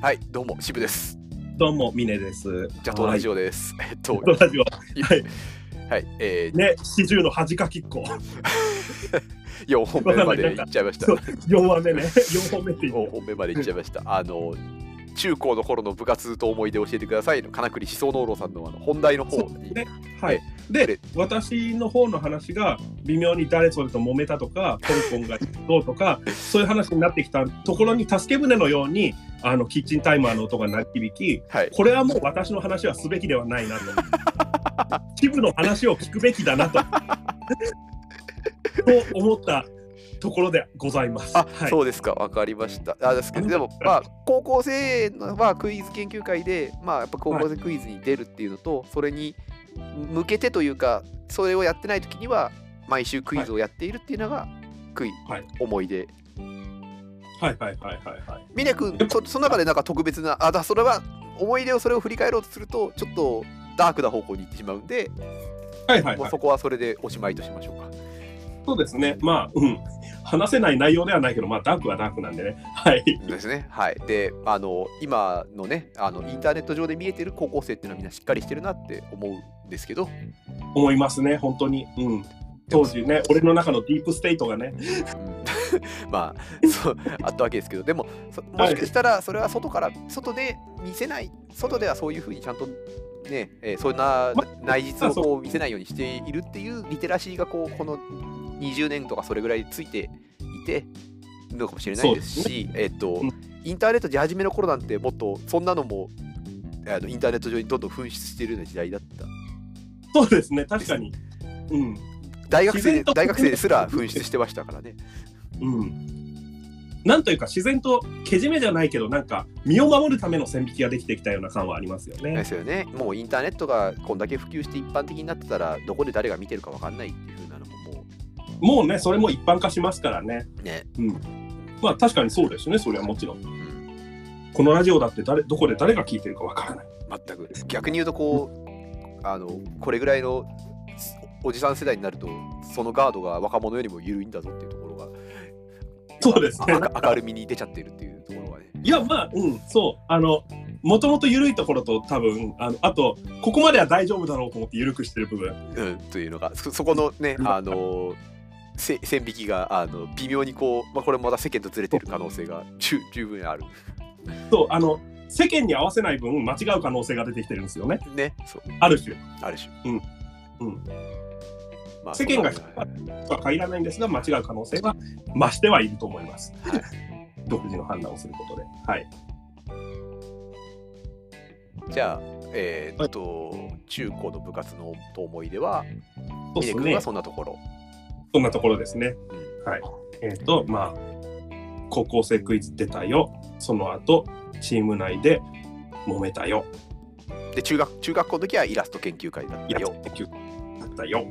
はい、どうも、渋です。どうも、ミネです。ジャトーラジオです。 えっ と、オ。ラジオ。いはい、えー、ね、四十の恥かきっこ。 4本目まで行っちゃいましたそ。う四話目ね。四本目って言4う。本目まで行っちゃいました。あの、中高の頃の部活と思い出教えてくださいの金栗思想農郎さんのあの本題の方に。ねはい。で、私の方の話が微妙に誰それと揉めたとか、ポンポンがどうとか、そういう話になってきたところに助け舟のように、あのキッチンタイマーの音が鳴り響き、はい、これはもう私の話はすべきではな いなと。チブの話を聞くべきだなと。と思ったところでございます。あ、はい。そうですか、わかりました。あですけど、でも、まあ、高校生のはクイズ研究会で、まあ、やっぱ高校生クイズに出るっていうのと、それに向けてというか、それをやってない時には、毎週クイズをやっているっていうのが、クイ、はい思い出。はいはいはいはいはい。ミネ君、そその中でなんか特別な、あ、だそれは思い出をそれを振り返ろうとすると、ちょっとダークな方向に行ってしまうんで、はいはい、もうはい、そこはそれでおしまいとしましょうか。そうですね、まあ、うん、話せない内容ではないけど、まあ、ダークはダークなんでね、はい、ですね。はい。で、あの今のね、あのインターネット上で見えてる高校生っていうのはみんなしっかりしてるなって思うんですけど、思いますね、本当に、うん、当時ね、俺の中のディープステイトがね、うん まあそうあったわけですけど、でもそもしかしたらそれは外から外で見せない、外ではそういうふうにちゃんと。ねえーそんなま内実をそうこう見せないようにしているっていうリテラシーがこうこの20年とかそれぐらいついていているのかもしれないですし、えっとうんインターネットで始めの頃なんてもっとそんなのもあのインターネット上にどんどん噴出しているような時代だったそうですね、確かに、うん、大学自生然と大学生ですら 噴出してましたからねうん。なんというか自然とけじめじゃないけどなんか身を守るための線引きができてきたような感はありますよでね。すよね。もうインターネットがこんだけ普及して一般的になってたら、どこで誰が見てるかわかんないっていう風なのもももうねそれも一般化しますからね。うね。まあ確かにそうですねそれはもちろん。うん、このラジオだって誰どこで誰が聞いてるかわからない。全く。逆に言うと、こう、あの、これぐらいのおじさん世代になると、そのガードが若者よりも緩いんだぞっていうところが、そうですね。あ明るみに出ちゃってるっていうところがね。いやまあうんそうあのもともと緩いところと多分あのあとここまでは大丈夫だろうと思って緩くしてる部分うん、というのが、そそこのね、あの、せ線引きがあの微妙にこう、まあ、これもまた世間とずれてる可能性が十十分ある。そうあの世間に合わせない分間違う可能性が出てきてるんですよねね、そう、ある種ある種。うんうんまあ世間がそ引うっ張るとは限らないんですが間違う可能性は増してはいると思います、はい独自の判断をすることではいじゃあ、えーっと、中高の部活の思い出は、ミそうでネす君ねはそんなところ。そんなところですねうんはいえっ、とまあ高校生クイズ出たよその後チーム内で揉めたよで中学、中学校の時はイラスト研究会だっいやたよ。だったよ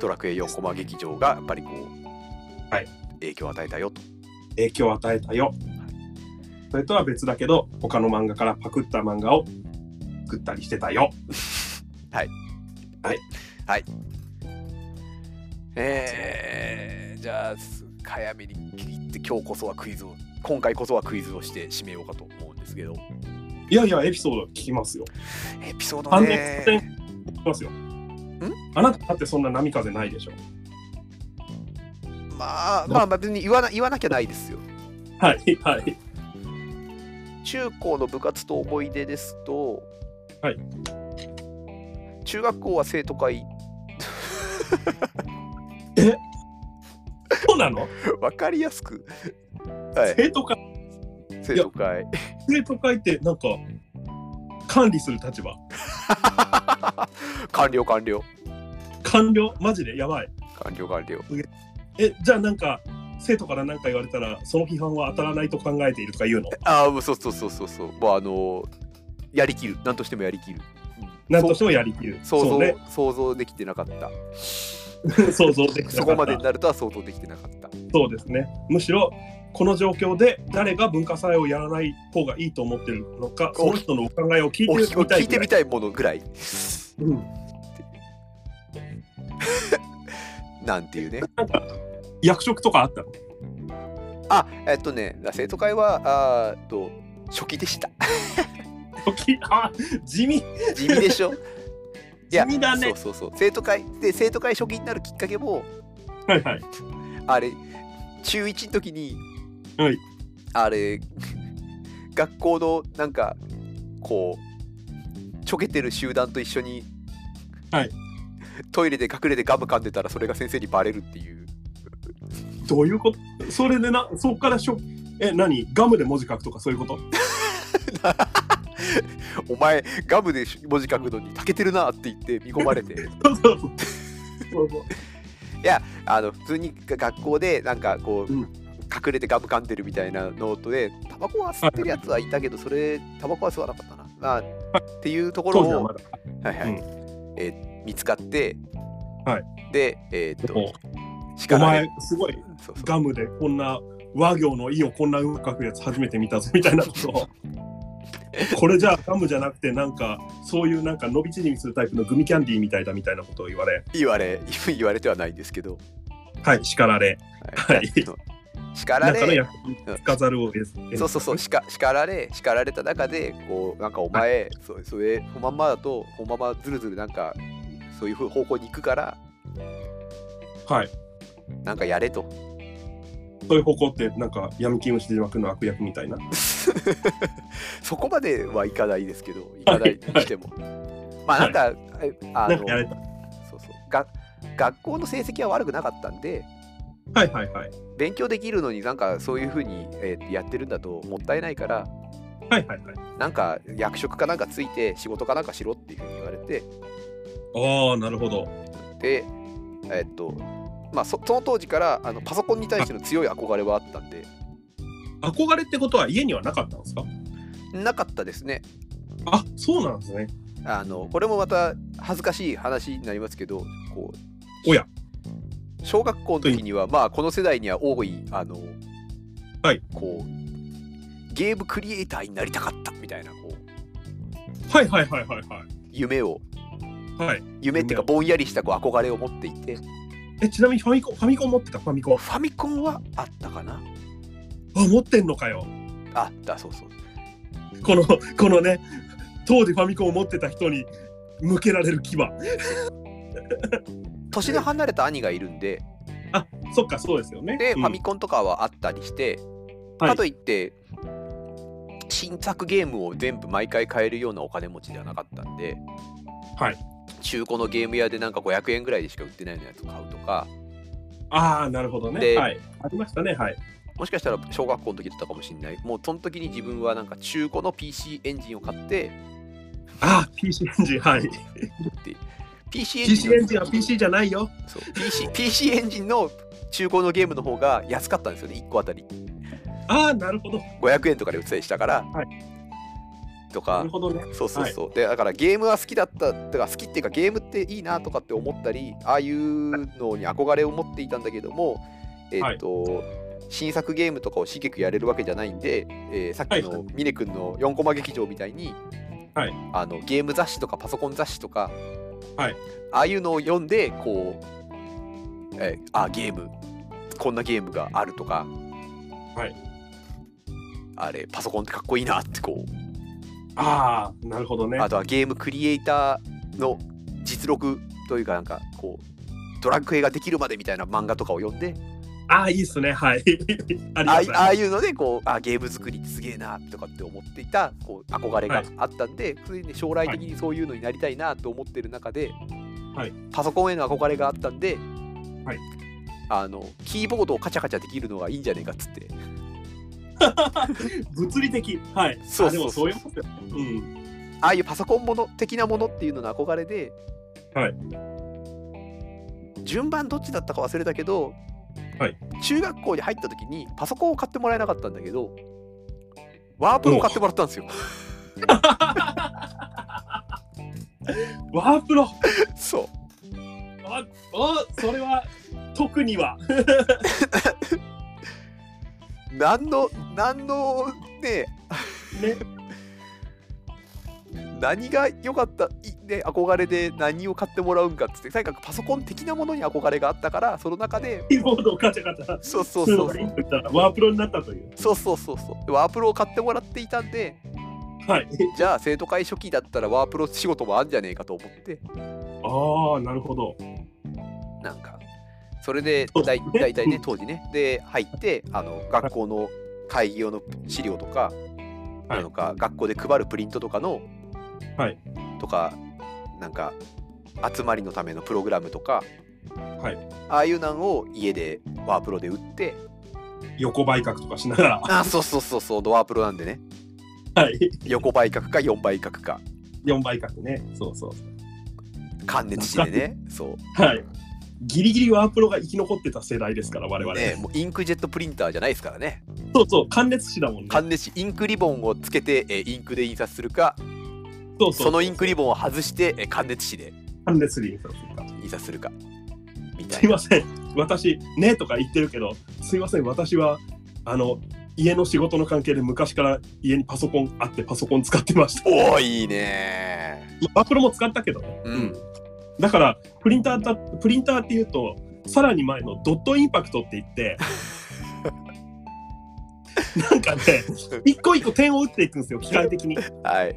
ドラクエ4コマ劇場がやっぱりこう、はい影響を与えたよと。影響を与えたよ。それとは別だけど、他の漫画からパクった漫画を作ったりしてたよ。えー、じゃあ、す早めに切って、今日こそはクイズを、今回こそはクイズをして締めようかと思うんですけど、いやいや、エピソード聞きますよ。エピソード関連ね作。戦聞きますよ。あなただってそんな波風ないでしょ。まあ、まあ、別に言わな言わなきゃないですよ。はいはい。中高の部活と思い出ですと、はい中学校は生徒会 そうなのわかりやすく、はい、生徒会、生徒会生徒会ってなんか管理する立場。完了完了官僚マジでやばい。完了完了え、じゃあなんか生徒から何か言われたら、その批判は当たらないと考えているとか言うのああそうそうそうそうそうもうあのーやりきる何としてもやりきるなんとしててもやりきる。想像、そうね。想像できてなか った想像できなかったそこまでになるとは想像できてなかったそうですね。むしろこの状況で誰が文化祭をやらない方がいいと思ってるのか、その人のお考えを聞いおてみた聞いいてみたたいものぐらいい、うんなんていうね役職とかあったのあえっとね生徒会はあーっと初期でした時あ地味地味でしょ い地や味だねそうそうそう生徒会で生徒会初期になるきっかけもはいはいあれ中1の時に、はいあれ学校のなんかこうちょけてる集団と一緒に、はいトイレで隠れてガム噛んでたらそれが先生にバレるっていうどういうことそれでなそこからしょえ何ガムで文字書くとかそういうこと お前ガムで文字書くのにたけてるなって言って見込まれてそうそう そうそうそうあの普通に学校でなんかこう、うん隠れてガム噛んでるみたいなノートでタバコは吸ってるやつはいたけどそれタバコは吸わなかったな、まあ、っていうところ当時はをまだはいはい、うんえー見つかって、はいで、えーっおと、お叱られ前すごいそうそうガムでこんな和行の「い」をこんなうまく書くやつ初めて見たぞみたいなこと をこれじゃあガムじゃなくてなんかそういうなんか伸び縮みするタイプのグミキャンディーみたいだみたいなことを言われ言われ、 言われてはないんですけど、はい叱られははいあの叱ら中のれ、役につかざるを得ずそうそう そう、叱叱られ、叱られた中で、こう、なんかお前、そそれ、このまんまだと、このままずるずるなんか、そういう方向に行くから、はいなんかやれと。 そういう方向ってなんか闇金をしてまくの悪役みたいなそこまではいかないですけど、いかないにしても。まあなんか、えあなんのかや、れたそうそうが、学校の成績は悪くなかったんで、はいはいはい勉強できるのになんかそういうふうに、えーやってるんだともったいないからはいはいはいなんか役職かなんかついて仕事かなんかしろっていうふうに言われてああなるほどでえーっとまあそその当時からあのパソコンに対しての強い憧れはあったんで憧れってことは家にはなかったんですかなかったですねあそうなんですねあのこれもまた恥ずかしい話になりますけどこうおや小学校の時にはまあこの世代には多いあの、はいこうゲームクリエイターになりたかったみたいなこうはいはいはいはいは夢をいはい夢っていうかぼんやりしたこう憧れを持っていてえちなみにファミコンファミコン持ってたファミコンファミコンはあったかなあ持ってんのかよあだそうそうこのこのね当時ファミコンを持ってた人に向けられる牙年の離れた兄がいるんであそっかそうですよねで、うんファミコンとかはあったりしてはいかといって、新作ゲームを全部毎回買えるようなお金持ちではなかったんで、はい中古のゲーム屋でなんか500円ぐらいでしか売ってないようなやつ買うとかああなるほどねではいありましたねはいもしかしたら小学校の時だったかもしれないもうその時に自分はなんか中古の PC エンジンを買ってああ PC エンジンはい PC エンジ PC ンのエンジンは PC じゃないよそう PC, PC エンジンの中古のゲームの方が安かったんですよね1個あたりああなるほど500円とかで売ってたりしたから、はとなかるほどねそうそうそう、でだからゲームは好きだったとか好きっていうかゲームっていいなとかって思ったりああいうのに憧れを持っていたんだけどもえっと、新作ゲームとかをしげくやれるわけじゃないんで、えーさっきはの峰君の4コマ劇場みたいに、はいあのゲーム雑誌とかパソコン雑誌とか、はいああいうのを読んでこう、えーあゲームこんなゲームがあるとか、はいあれパソコンってかっこいいなってこうああなるほどねあとはゲームクリエイターの実録というかなんかこうドラクエができるまでみたいな漫画とかを読んでああいいっすねはい ありああがいとうああいうのでこうあゲーム作りってすげえなとかって思っていたこう憧れがはいあったんで、普通にね将来的にそういうのになりたいなと思ってる中で、はいパソコンへの憧れがあったんで、はいあのキーボードをカチャカチャできるのがいいんじゃねえかっつって物理的はいそうそうそうあでもそういうことようんああいうパソコンもの的なものっていうのの憧れで、はい順番どっちだったか忘れたけど、はい中学校に入った時にパソコンを買ってもらえなかったんだけどワープロを買ってもらったんですよ。ワープロ そうああそれは特には何の何のねね何が良かった、いね、憧れで何を買ってもらうんかっつって、とにかくパソコン的なものに憧れがあったから、その中で、キーボードをガチャガチャそうそうするそうのがいそいうと言ったらワープロになったという。そうそうそうそう、ワープロを買ってもらっていたんで、はい。じゃあ生徒会初期だったらワープロ仕事もあんじゃねえかと思って、ああ、なるほど。なんか、それでそうだいね大体うね、当時ね、で、入って、あの学校の会議用の資料とか、はいなのか、学校で配るプリントとかの、はいとか、なんか、集まりのためのプログラムとか、はいああいうなんを家でワープロで売って、横売却とかしながあ、そうそうそうそう、ワープロなんでね、ら、はい。横倍角か4倍角か、 4倍角ね。そうそう。関熱して ね、そう。はい。ギリギリワープロが生き残ってた世代ですから、我々。ね、もうインクジェットプリンターじゃないですからね。そうそう、関熱紙だもんね。関熱紙インクリボンをつけて、えーインクで印刷するかそうそうそのインクリボンを外して、えー関熱紙で関熱紙にそうそうか印刷するかみたすいいなません、私、ねとか言ってるけど、すいません、私は、あの、家の仕事の関係で昔から家にパソコンあってパソコン使ってました。おーいいねワープロも使ったけどね。うんだから、プリンターだ、プリンターっていうと、さらに前のドットインパクトって 言って、なんかね、一個一個点を打っていくんですよ、機械的に。はい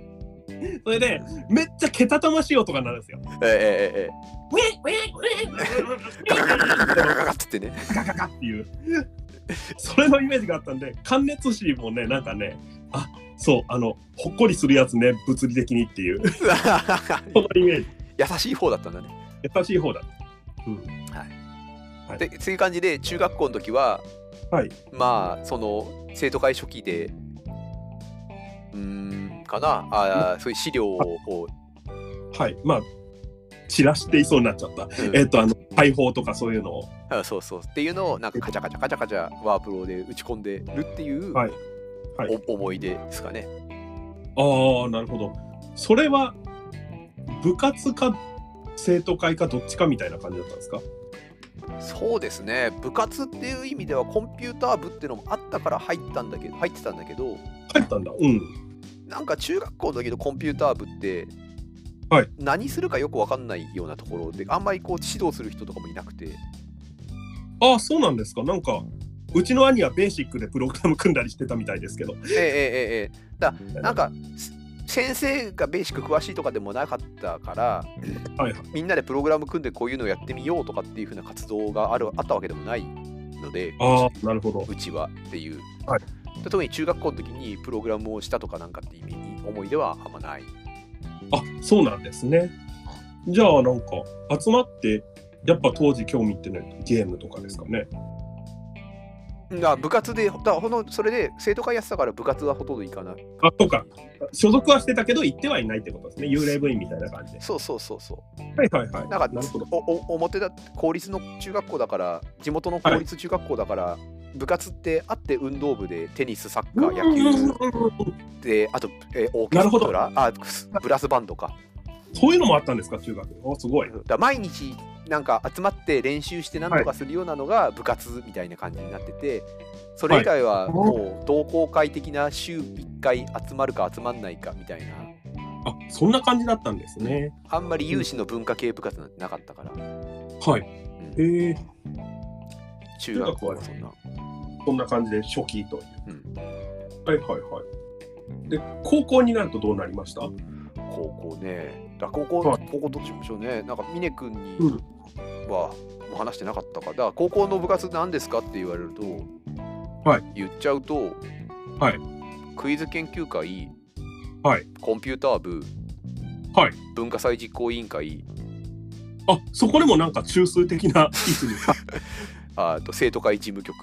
それで、めっちゃけたたましい音が鳴るんですよ。えーえウィンウィンウィンウィンウィンーえーガガガガガガガガガガっつってねガガガっていうそれのイメージがあったんで関熱紙もねなんかねあそうあのほっこりするやつね物理的にっていうそのイメージ優しい方だったんだね優しい方だでそういう感じで中学校の時は、はいまあその生徒会初期でうーんかなあーそういう資料をこはいまあ散らしていそうになっちゃったう、うんえっとあの解放とかそういうのをあそうそうっていうのをなんかカチャカチャカチャカチャワープロで打ち込んでるっていう、はいはいお思い出ですかね。ああなるほどそれは部活か生徒会かどっちかみたいな感じだったんですかそうですね部活っていう意味ではコンピューター部っていうのもあったから入ったんだけど入ってたんだけど入ったんだうんなんか中学校の時のコンピューター部って、はい何するかよく分かんないようなところであんまりこう指導する人とかもいなくてああそうなんですかなんかうちの兄はベーシックでプログラム組んだりしてたみたいですけどええええええなんかす先生がベーシック詳しいとかでもなかったからはいはいみんなでプログラム組んでこういうのをやってみようとかっていう風な活動があるあったわけでもないのでああなるほどうちはっていう、はいで特に中学校の時にプログラムをしたとかなんかっていう意味思い出はあんまないあそうなんですね。じゃあなんか集まってやっぱ当時興味ってねゲームとかですかね。だから部活でだからほのそれで生徒会やってたから部活はほとんど行かないあとか所属はしてたけど行ってはいないってことですね幽霊部員みたいな感じで。そうそうそうそはいはいはうい。なんかるほど。おお表だ公立の中学校だから地元の公立中学校だから、部活ってあって運動部でテニスサッカー野球であと、えーオーケなるほスどトラあスブラスバンドかそういうのもあったんですか中学。おすごい。だから毎日なんか集まって練習してなんとかするようなのが部活みたいな感じになっててそれ以外はもう同好会的な週1回集まるか集まんないかみたいなあそんな感じだったんですね。あんまり有志の文化系部活なんてなかったから、はい。うんへえ中学校はそんなこんな感じで初期というはいはいはい。で高校になるとどうなりました？高校ねだから高校、は高校どっちもしょうねなんか峰君にうんはもう話してなかったからだから高校の部活何ですかって言われると、はい言っちゃうと、はいクイズ研究会、はいコンピューター部はい。文化祭実行委員会あそこでもなんか中枢的な 位置にああと生徒会事務局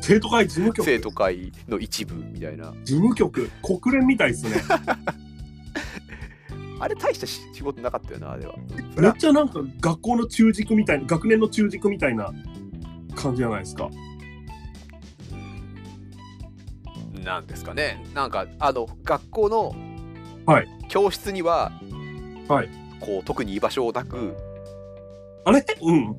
生徒会事務局生徒会の一部みたいな事務局国連みたいですね。 あれ大したし仕事なかったよなあれはめっちゃなんか学校の中軸みたいな学年の中軸みたいな感じじゃないですか。うんなんですかねなんかあの学校のはい教室には、はいこう特に居場所なくあれうん。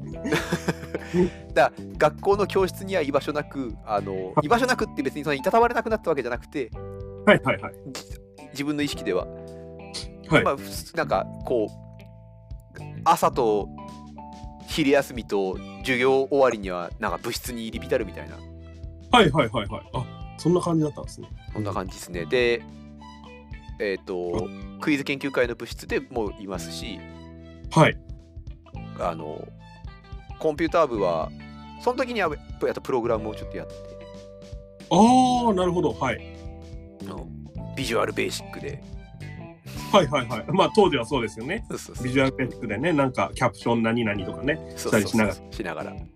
だ学校の教室には居場所なくあのはい居場所なくって別にそのいたたまれなくなったわけじゃなくてはいはいはい。自分の意識でははいまあ、ふなんかこう朝と昼休みと授業終わりにはなんか部室に入り浸るみたいなはいはいはいはい。あそんな感じだったんですね。そんな感じですね。で、えっ、とクイズ研究会の部室でもいますしはい。あのコンピューター部はその時にあやったプログラムをちょっとやっててああ、なるほど。はい。あのビジュアルベーシックではいはいはい。 まあ当時はそうですよね。そうそうそうビジュアルテックでね、なんかキャプション何々とかね。そうしたりしながらそうそうしながら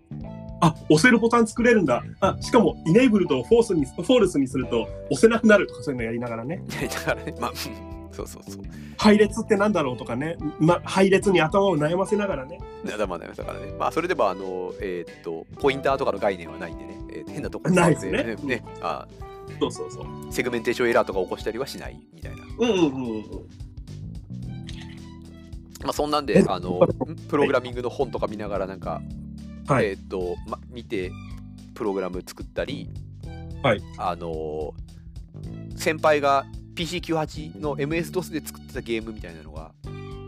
あ押せるボタン作れるんだ。あしかも、イネイブルとフォースにフォールスにすると押せなくなるとかそういうのやりながらね。だからねまあうんそうそうそう配列ってなんだろうとかね。ま、配列に頭を悩ませながらね。頭悩ましたからねまあそれでもあのえーっとポインターとかの概念はないんでね、えー変なところないですねねねあそうそうそう。セグメンテーションエラーとか起こしたりはしないみたいなうんうんうんうん。まあそんなんえであ のプログラミングの本とか見ながらなんかはいえーっ、と、ま、見てプログラム作ったり、はいあのー先輩が PC98 の MS-DOS で作ってたゲームみたいなのが、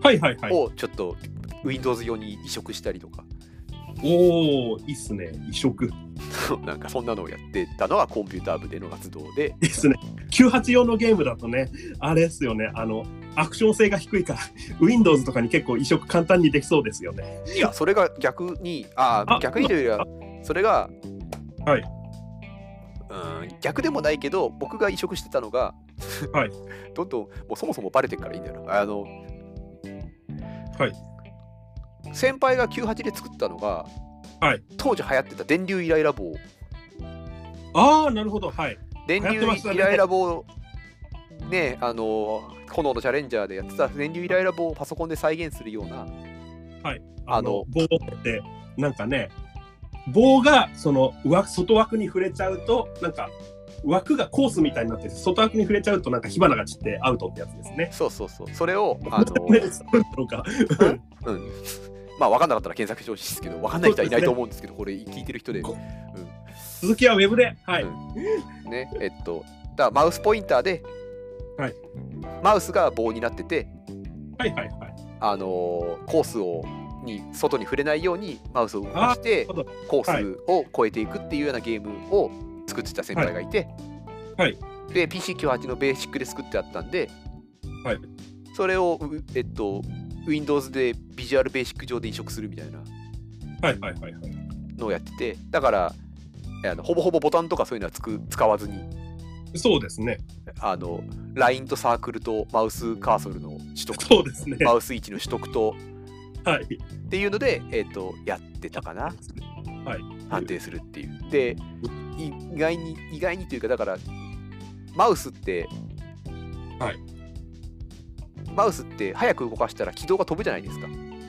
はいはいはい。をちょっと Windows 用に移植したりとか おおーいいっすね。移植。なんかそんなのをやってたのがコンピューター部での活動でですね。98用のゲームだとね、あれですよね。あの、アクション性が低いから、Windows とかに結構移植簡単にできそうですよね。いやそれが逆にああ逆にというよりはそれが、はいうん逆でもないけど僕が移植してたのが、はいどんどんもうそもそもバレてるからいいんだよなあの、はい先輩が98で作ったのが、はい当時流行ってた電流イライラ棒ああ、なるほど。はい。電流流イライラ棒ねあの炎のチャレンジャーでやってた電流イライラ棒をパソコンで再現するようなあのあの棒ってなんかね棒がそのわ外枠に触れちゃうとなんか枠がコースみたいになってて外枠に触れちゃうとなんか火花が散ってアウトってやつですね。そうそうそうそれをあ あののそうかうん、まあ分かんなかったら検索してほしいですけど分かんない人はいないと思うんですけどこれ聞いてる人でこ続きはウェブで、はいうんねえっとだからマウスポインターで、はいマウスが棒になっててはいはいはい。あのーコースをに外に触れないようにマウスを動かしてなるほコースを越えていくっていうようなゲームを作ってた先輩がいて、はいで PC98 のベーシックで作ってあったんで、はいそれをうえっと Windows でビジュアルベーシック上で移植するみたいなはいはいはいはい。のをやっててだからあのほぼほぼボタンとかそういうのはつく使わずにそうですね。あのラインとサークルとマウスカーソルの取得とそうですね。マウス位置の取得とはい。っていうので、えっとやってたかなはい。判定するっていうでい意外に意外にというかだからマウスって、はいマウスって早く動かしたら軌道が飛ぶじゃないですか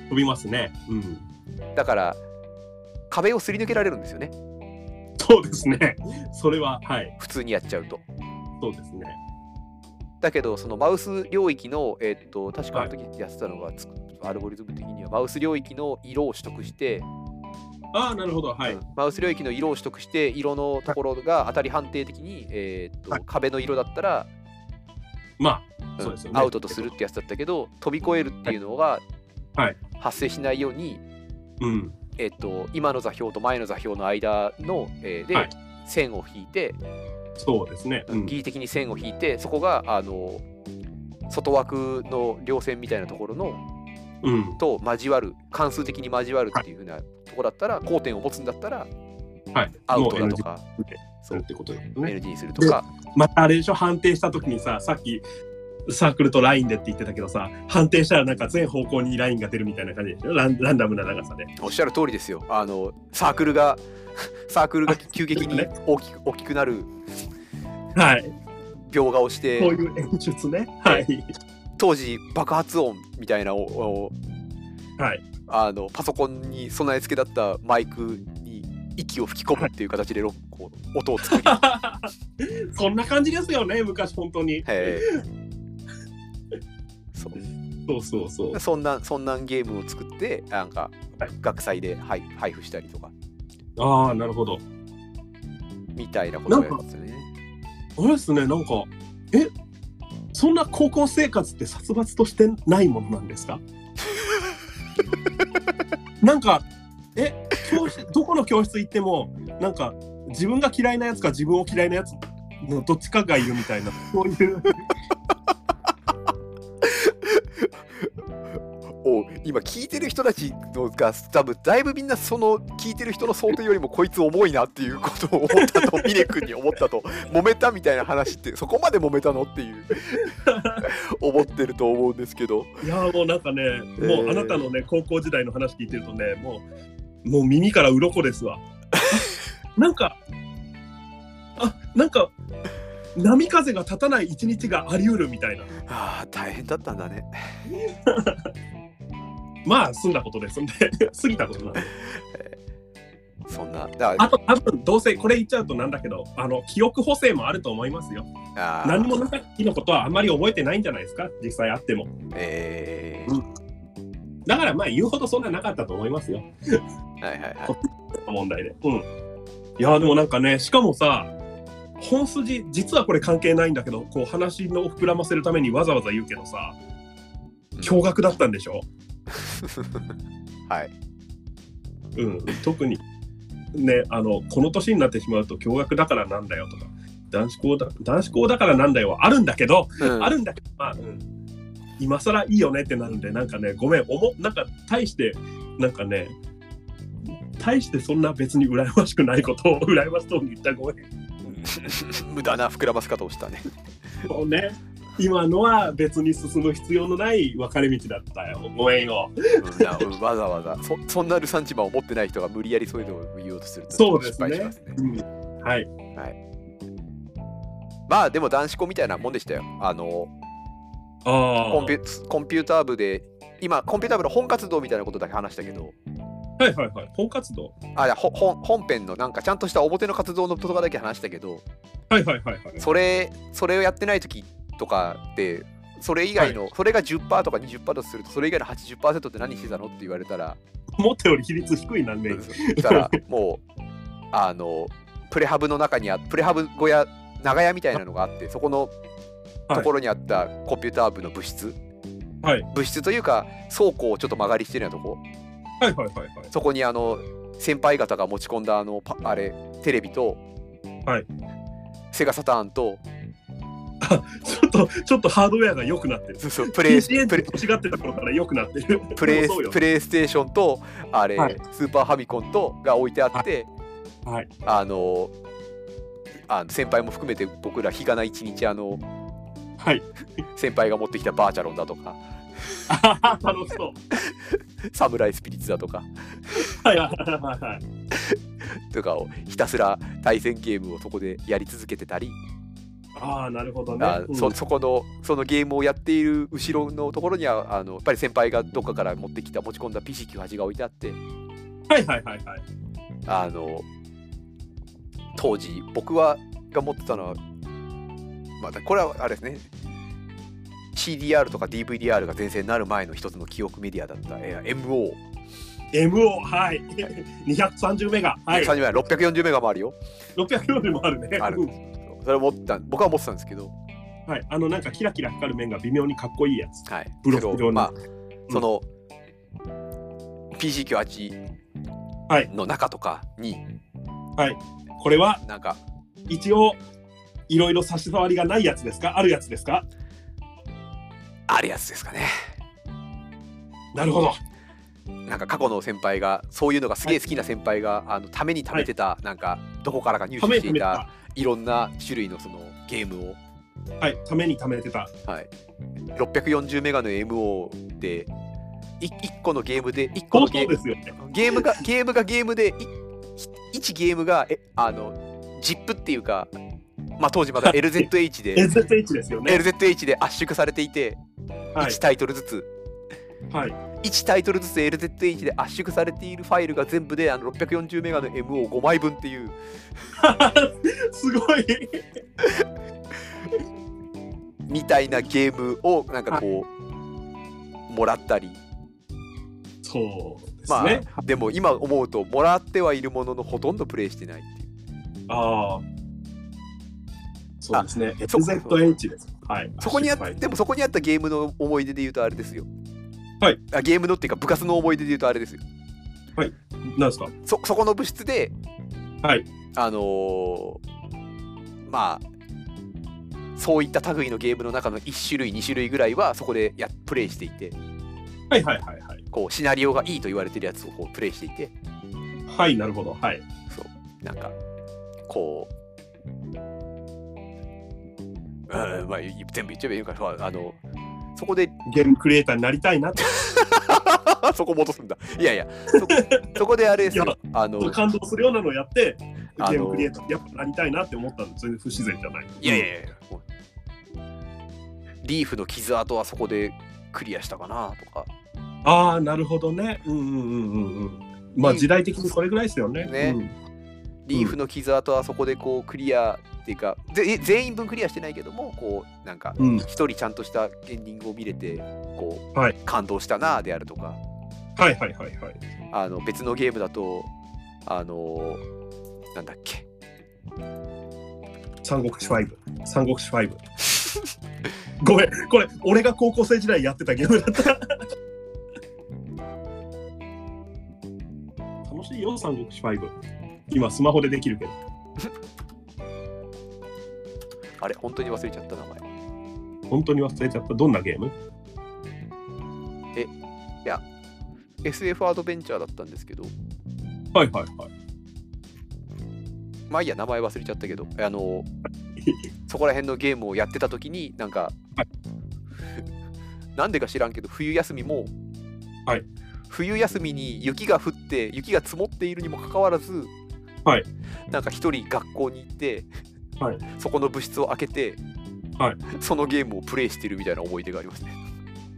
飛びますね。うん。だから壁をすり抜けられるんですよねそうですね。それははい。普通にやっちゃうとそうですね。だけどそのマウス領域のえっと確かあの時やってたのが、つアルゴリズム的にはマウス領域の色を取得して、ああなるほどはい。うんマウス領域の色を取得して色のところが当たり判定的に、えっとはい壁の色だったら、まうんそうですよねアウトとするってやつだったけど飛び越えるっていうのがはい発生しないように、あうんえっと今の座標と前の座標の間の、えーで、はい線を引いてそうですね。うん疑似的に線を引いてそこがあの外枠の両線みたいなところのうんと交わる関数的に交わるっていうふうなとこだったら交点を持つんだったらはい。アウもトうだとかするってことですね。 NG にするとかまたあれでしょ判定した時にささっきサークルとラインでって言ってたけどさ判定したらなんか全方向にラインが出るみたいな感じでしょランランダムな長さで。おっしゃる通りですよあのサークルが サークルが急激にね大きく大きくなるはい、描画をしてこういう演出ね。はい、当時爆発音みたいなをはい、あのパソコンに備え付けだったマイクに息を吹き込むっていう形でロこう音を 作りそんな感じですよね昔本当に。え ーそうそうそうそう。そんなそんなんゲームを作ってなんかはい学祭で配配布したりとかああなるほど。みたいなことをやるんですよね。あれですねなんかえそんな高校生活って殺伐としてないものなんですかなんかえ教室どこの教室行ってもなんか自分が嫌いなやつか自分を嫌いなやつのどっちかがいるみたいなそういうお今聞いてる人たちのが多分だいぶみんなその聞いてる人の想定よりもこいつ重いなっていうことを思ったとミネ君に思 ったと揉めたみたいな話ってそこまで揉めたのっていう思ってると思うんですけどいやーもうなんかね、えもうーあなたのね高校時代の話聞いてるとねもうもう耳から鱗ですわなんかあなんか波風が立たない一日があり得るみたいなあー大変だったんだねまあ済んだことですんで 過ぎたことなんでそんなだあと多分どうせこれ言っちゃうとなんだけどあの記憶補正もあると思いますよあー何もなかった日のことはあまり覚えてないんじゃないですか実際あってもえうんだからまあ言うほどそんななかったと思いますよー、はいはいはい問題で。うん。いやーでもなんかねしかもさ本筋実はこれ関係ないんだけどこう話の膨らませるためにわざわざ言うけどさ驚愕だったんでしょ、 はいうん、特にねあのこの年になってしまうと驚愕だからなんだよとか男子校だ男子校だからなんだよはあるんだけど、うんあるんだけどまあ、うん、今更いいよねってなるんでなんかねごめん思なんか大してなんかね大してそんな別に羨ましくないことを羨ましそうに言ったらごめん 無駄な膨らます方をしたねそうね。今のは別に進む必要のない分かれ道だったよ。ごめんよ。うんいやうんわざわざそそんなルサンチマンを持ってない人が無理やりそういうのを言おうとするとそうです失敗しねますね。うんはい。まあでも男子校みたいなもんでしたよあのあコンピュコンピューター部で今コンピューター部の本活動みたいなことだけ話したけどはいはいはい。本活動。あいやほ本本編のなんかちゃんとした表の活動のことかだけ話したけどはいはいはいはい。それそれをやってない時とかってそれ以外の、それが10%とか20%とするとそれ以外の80%って何してたのって言われたら思ったより比率低いなんで。したらもうあのプレハブの中にあプレハブ小屋長屋みたいなのがあってそこのはいところにあったコンピューター部の部室、はい部室というか倉庫をちょっと曲がりしてるようなとこはいはいはいはい。そこにあの先輩方が持ち込んだあのパあれテレビと、はいセガサターンとちょっと、ちょっとハードウェアが良くなってる。そうそうプ レイ PCA プとレ違ってた頃から良くなってる。プレイそうよプレイステーションとあれ、はいスーパーファミコンとが置いてあって、はいあのあの先輩も含めて僕ら日がな一日あのはい。 先輩が持ってきたバーチャロンだとかあはは楽しそう。サムライスピリッツだとかはいはいはいはい。とかをひたすら対戦ゲームをそこでやり続けてたり、ああ、なるほどね。あうんそそこのそのゲームをやっている後ろのところにはあのやっぱり先輩がどっかから持ってきた持ち込んだ PC98 が置いてあってはいはいはいはい。あの当時僕はが持ってたのはまたこれはあれですね CDR とか DVDR が前線になる前の一つの記憶メディアだったえー MO、 MO、はい。230メガ。はい。 30メガ640メガもあるよ600よりもあるね。あるうんそれ持ってた僕は持ってたんですけどはい、あのなんかキラキラ光る面が微妙にかっこいいやつ。はい、ブロックけど状にまあんその、PC98 はいの中とかに、これはなんか一応いろいろ差し障りがないやつですかあるやつですかあるやつですかねなるほど。なんか過去の先輩がそういうのがすげえ好きな先輩が、あのために貯めてた、なんかどこからか入手ためしにて貯いめてたた。いろんな種類のそのゲームを、はい、ために貯めてた。はい、640メガの MO で1個のゲームで1個の相ゲ当ームですよね。ゲームがゲームがゲームで1ゲームがえあの ZIP っていうか、まあ、当時まだ LZH で SSH ですよね。 LZH で圧縮されていて、はい1。タイトルずつはい。 1タイトルずつ LZH で圧縮されているファイルが全部であの640メガの MO5 枚分っていう すごい。みたいなゲームをなんかこうもらったりそうですまあね。でも今思うともらってはいるもののほとんどプレイしてないっていうああ。そうですね。そう SZH です。はい。そこにあっ失敗でもそこにあったゲームの思い出で言うとあれですよ。はいあゲームのっていうか部活の思い出で言うとあれですよ。なんですかそそこの部室で、はい。あのーまあそういった類のゲームの中の1種類2種類ぐらいはそこでやプレイしていてはいはいはいはい。こうシナリオがいいと言われてるやつをこうプレイしていてはい、なるほど。はい。そうなんかこう。うんまあ、い全部言っちゃえばいいのかなあのそこで ゲームクリエイターになりたいなって。あそこ戻すんだ。いやいや、そそこであれですいやよ。あの、感動するようなのをやって、ゲあのームクリエイターにやっぱなりたいなって思ったの、全然不自然じゃない。いやいやいや、もうリーフの傷跡はそこでクリアしたかなとか、ああ、なるほどね。うんうんうんうんうん。まあ時代的にそれぐらいですよね。ねリーフの傷跡はそこでこうクリアっていうか、ぜえ全員分クリアしてないけども、こう、なんか、うん。うん一人ちゃんとしたエンディングを見れて、こう、はい感動したなであるとか、はいはいはいはい。あの別のゲームだと、あの、なんだっけ、三国志5。三国志5。ごめん、これ、俺が高校生時代やってたゲームだった。楽しいよ、三国志5。今、スマホでできるけど。あれ、本当に忘れちゃった名前。本当に忘れちゃった。どんなゲーム SF アドベンチャーだったんですけど、はいはいはい。まあいいや、名前忘れちゃったけど、あ の、そこら辺のゲームをやってた時に、なんか、はなんでか知らんけど、冬休みも、はい冬休みに雪が降って、雪が積もっているにもかかわらず、はいなんか一人学校に行って、はいそこの部室を開けて、はいそのゲームをプレイしてるみたいな思い出がありますね。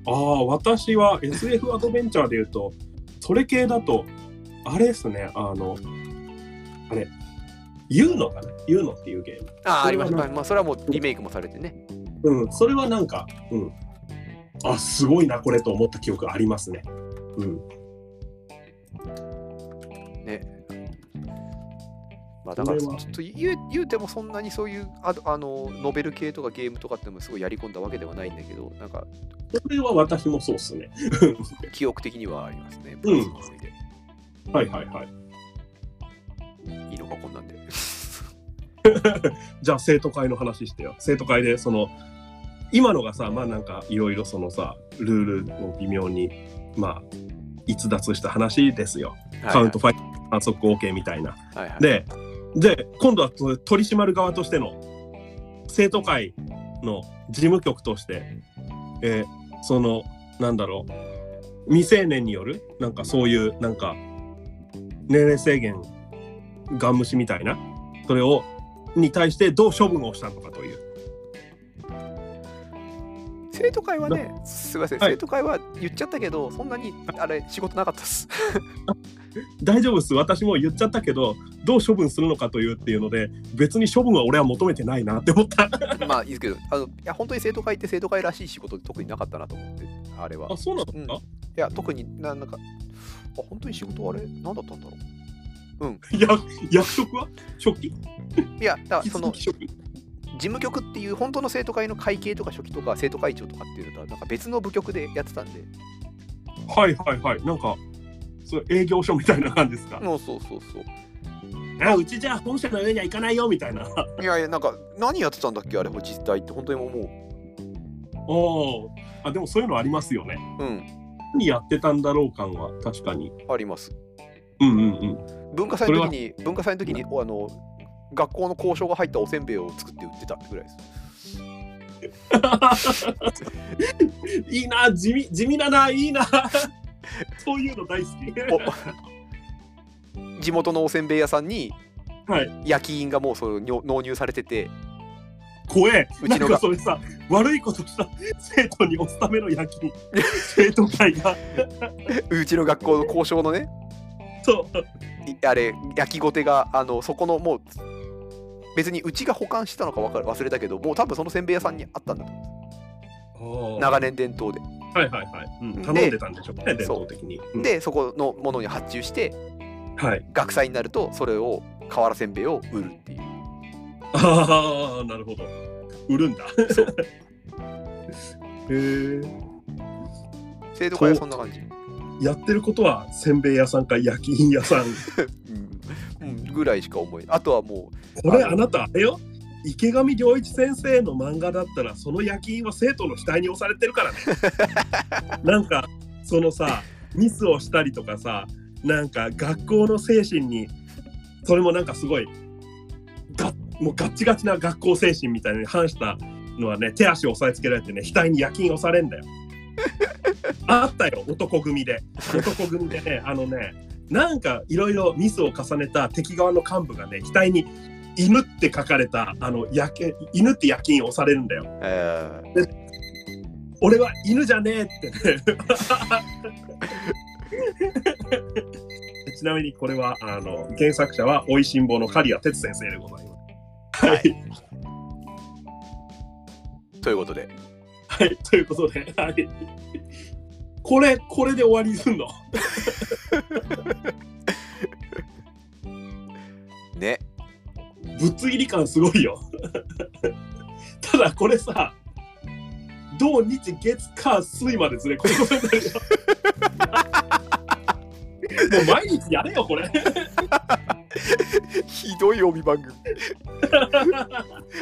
ああ、私は SF アドベンチャーで言うと、それ系だと、あれですね、あの、あれ、ユーノかなユーノっていうゲーム。ああ、あそりれまはした。なんかまあ、それはもうリメイクもされてね。うん、それはなんか、うん。あ、すごいな、これと思った記憶ありますね。うん。まあ、だからちそょれはっと言う言うてもそんなにそういうああのノベル系とかゲームとかってのもすごいやり込んだわけではないんだけどなんかそれは私もそうっすね。記憶的にはありますね。うんその思い出はいはいはい。いいのかこんなんで。じゃあ生徒会の話してよ生徒会でその今のがさまあなんかいろいろそのさルールを微妙にまあ逸脱した話ですよ、 カウントファイト反則 OK みたいな。はいはい、でで今度はその取り締まる側としての生徒会の事務局として、えーそのなんだろう未成年によるなんかそういうなんか年齢制限ガン無視みたいなそれをに対してどう処分をしたのかという生徒会はねすいません、はい生徒会は言っちゃったけどそんなにあれ仕事なかったっす。 大丈夫です私も言っちゃったけどどう処分するのかというっていうので別に処分は俺は求めてないなって思ったまあいいですけどあのいや本当に生徒会って生徒会らしい仕事特になかったなと思ってあれは。あそうなんですか、いや特になんなんかあ本当に仕事あれ何だったんだろや役職は職期ういやだからその引き続事き職務局っていう本当の生徒会の会計とか書記とか生徒会長とかっていうのとはなんか別の部局でやってたんではいはいはい。なんか、そう営業所みたいな感じですか。もうそうそうそうあ、うちじゃ本社の上には行かないよみたい な。あいやいやなんか何やってたんだっけあれ実態って本当に思あ。あ、でもそういうのありますよね。ううん何やってたんだろう感は確かに。ありますうんうんうん。文化祭の時に文化祭の時におあの学校の交渉が入ったおせんべいを作って売ってたぐらいですいいな、地味、地味だな、いいな。 そういうの大好き。お 地元のおせんべい屋さんにはい。焼き印がもうそうにょ納入されてて怖え。うなちのがんかそれさ、悪いことした生徒に押すための夜勤。生徒会が。うちの学校の交渉のねそう。いあれ焼きごてがあのそこのもう別にうちが保管してたのかわかる忘れたけどもう多分そのせんべい屋さんにあったんだと思うは長年伝統で、いはいはい、うん頼んでたんでしょうね、で伝統的に。うん、でそこのものに発注してはい。学祭になるとそれを瓦せんべいを売るっていうああ、なるほど。売るんだ。 へえ。生徒会はそんな感じ、やってることはせんべい屋さんか焼き印屋さん。うんうん、ぐらいしか思えないあとはもこれあなたあれよ。池上良一先生の漫画だったらその焼き印は生徒の額に押されてるからね。なんかそのさミスをしたりとかさなんか学校の精神にそれもなんかすごいがもうガッチガチな学校精神みたいなのに反したのはね手足を押さえつけられてね額に夜勤押されんだよ。あったよ男組で男組でねあのねなんかいろいろミスを重ねた敵側の幹部がね額に「犬」って書かれたあのやけ犬って夜勤押されるんだよ。う、えー俺は犬じゃねえってね ちなみにこれはあの原作者は「おいしん坊の刈谷哲先生でございます。はい、ということではい、ということで、はい、これこれで終わりにすんのね ぶっつ切り感すごいよ ただこれさ土日月火水までずれこういうことになるよ もう毎日やれよこれ ひどい帯番組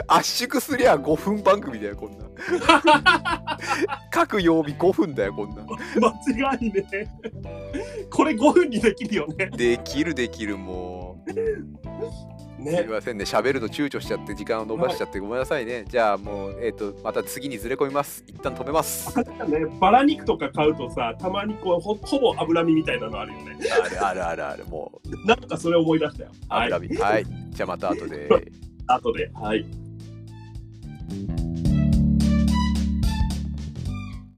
圧縮すりゃ5分番組だよこんな 各曜日5分だよこんな間違いねこれ5分にできるよねできるできるもうすいねませんね喋るの躊躇しちゃって時間を伸ばしちゃってごめんなさいねじゃあもうえっ、とまた次にずれ込みます一旦止めますあれだねバラ肉とか買うとさたまにこうほほぼ脂身みたいなのあるよねあるあるあるあるもうなんかそれ思い出したよはい油火はい、じゃあまた後で。後ではい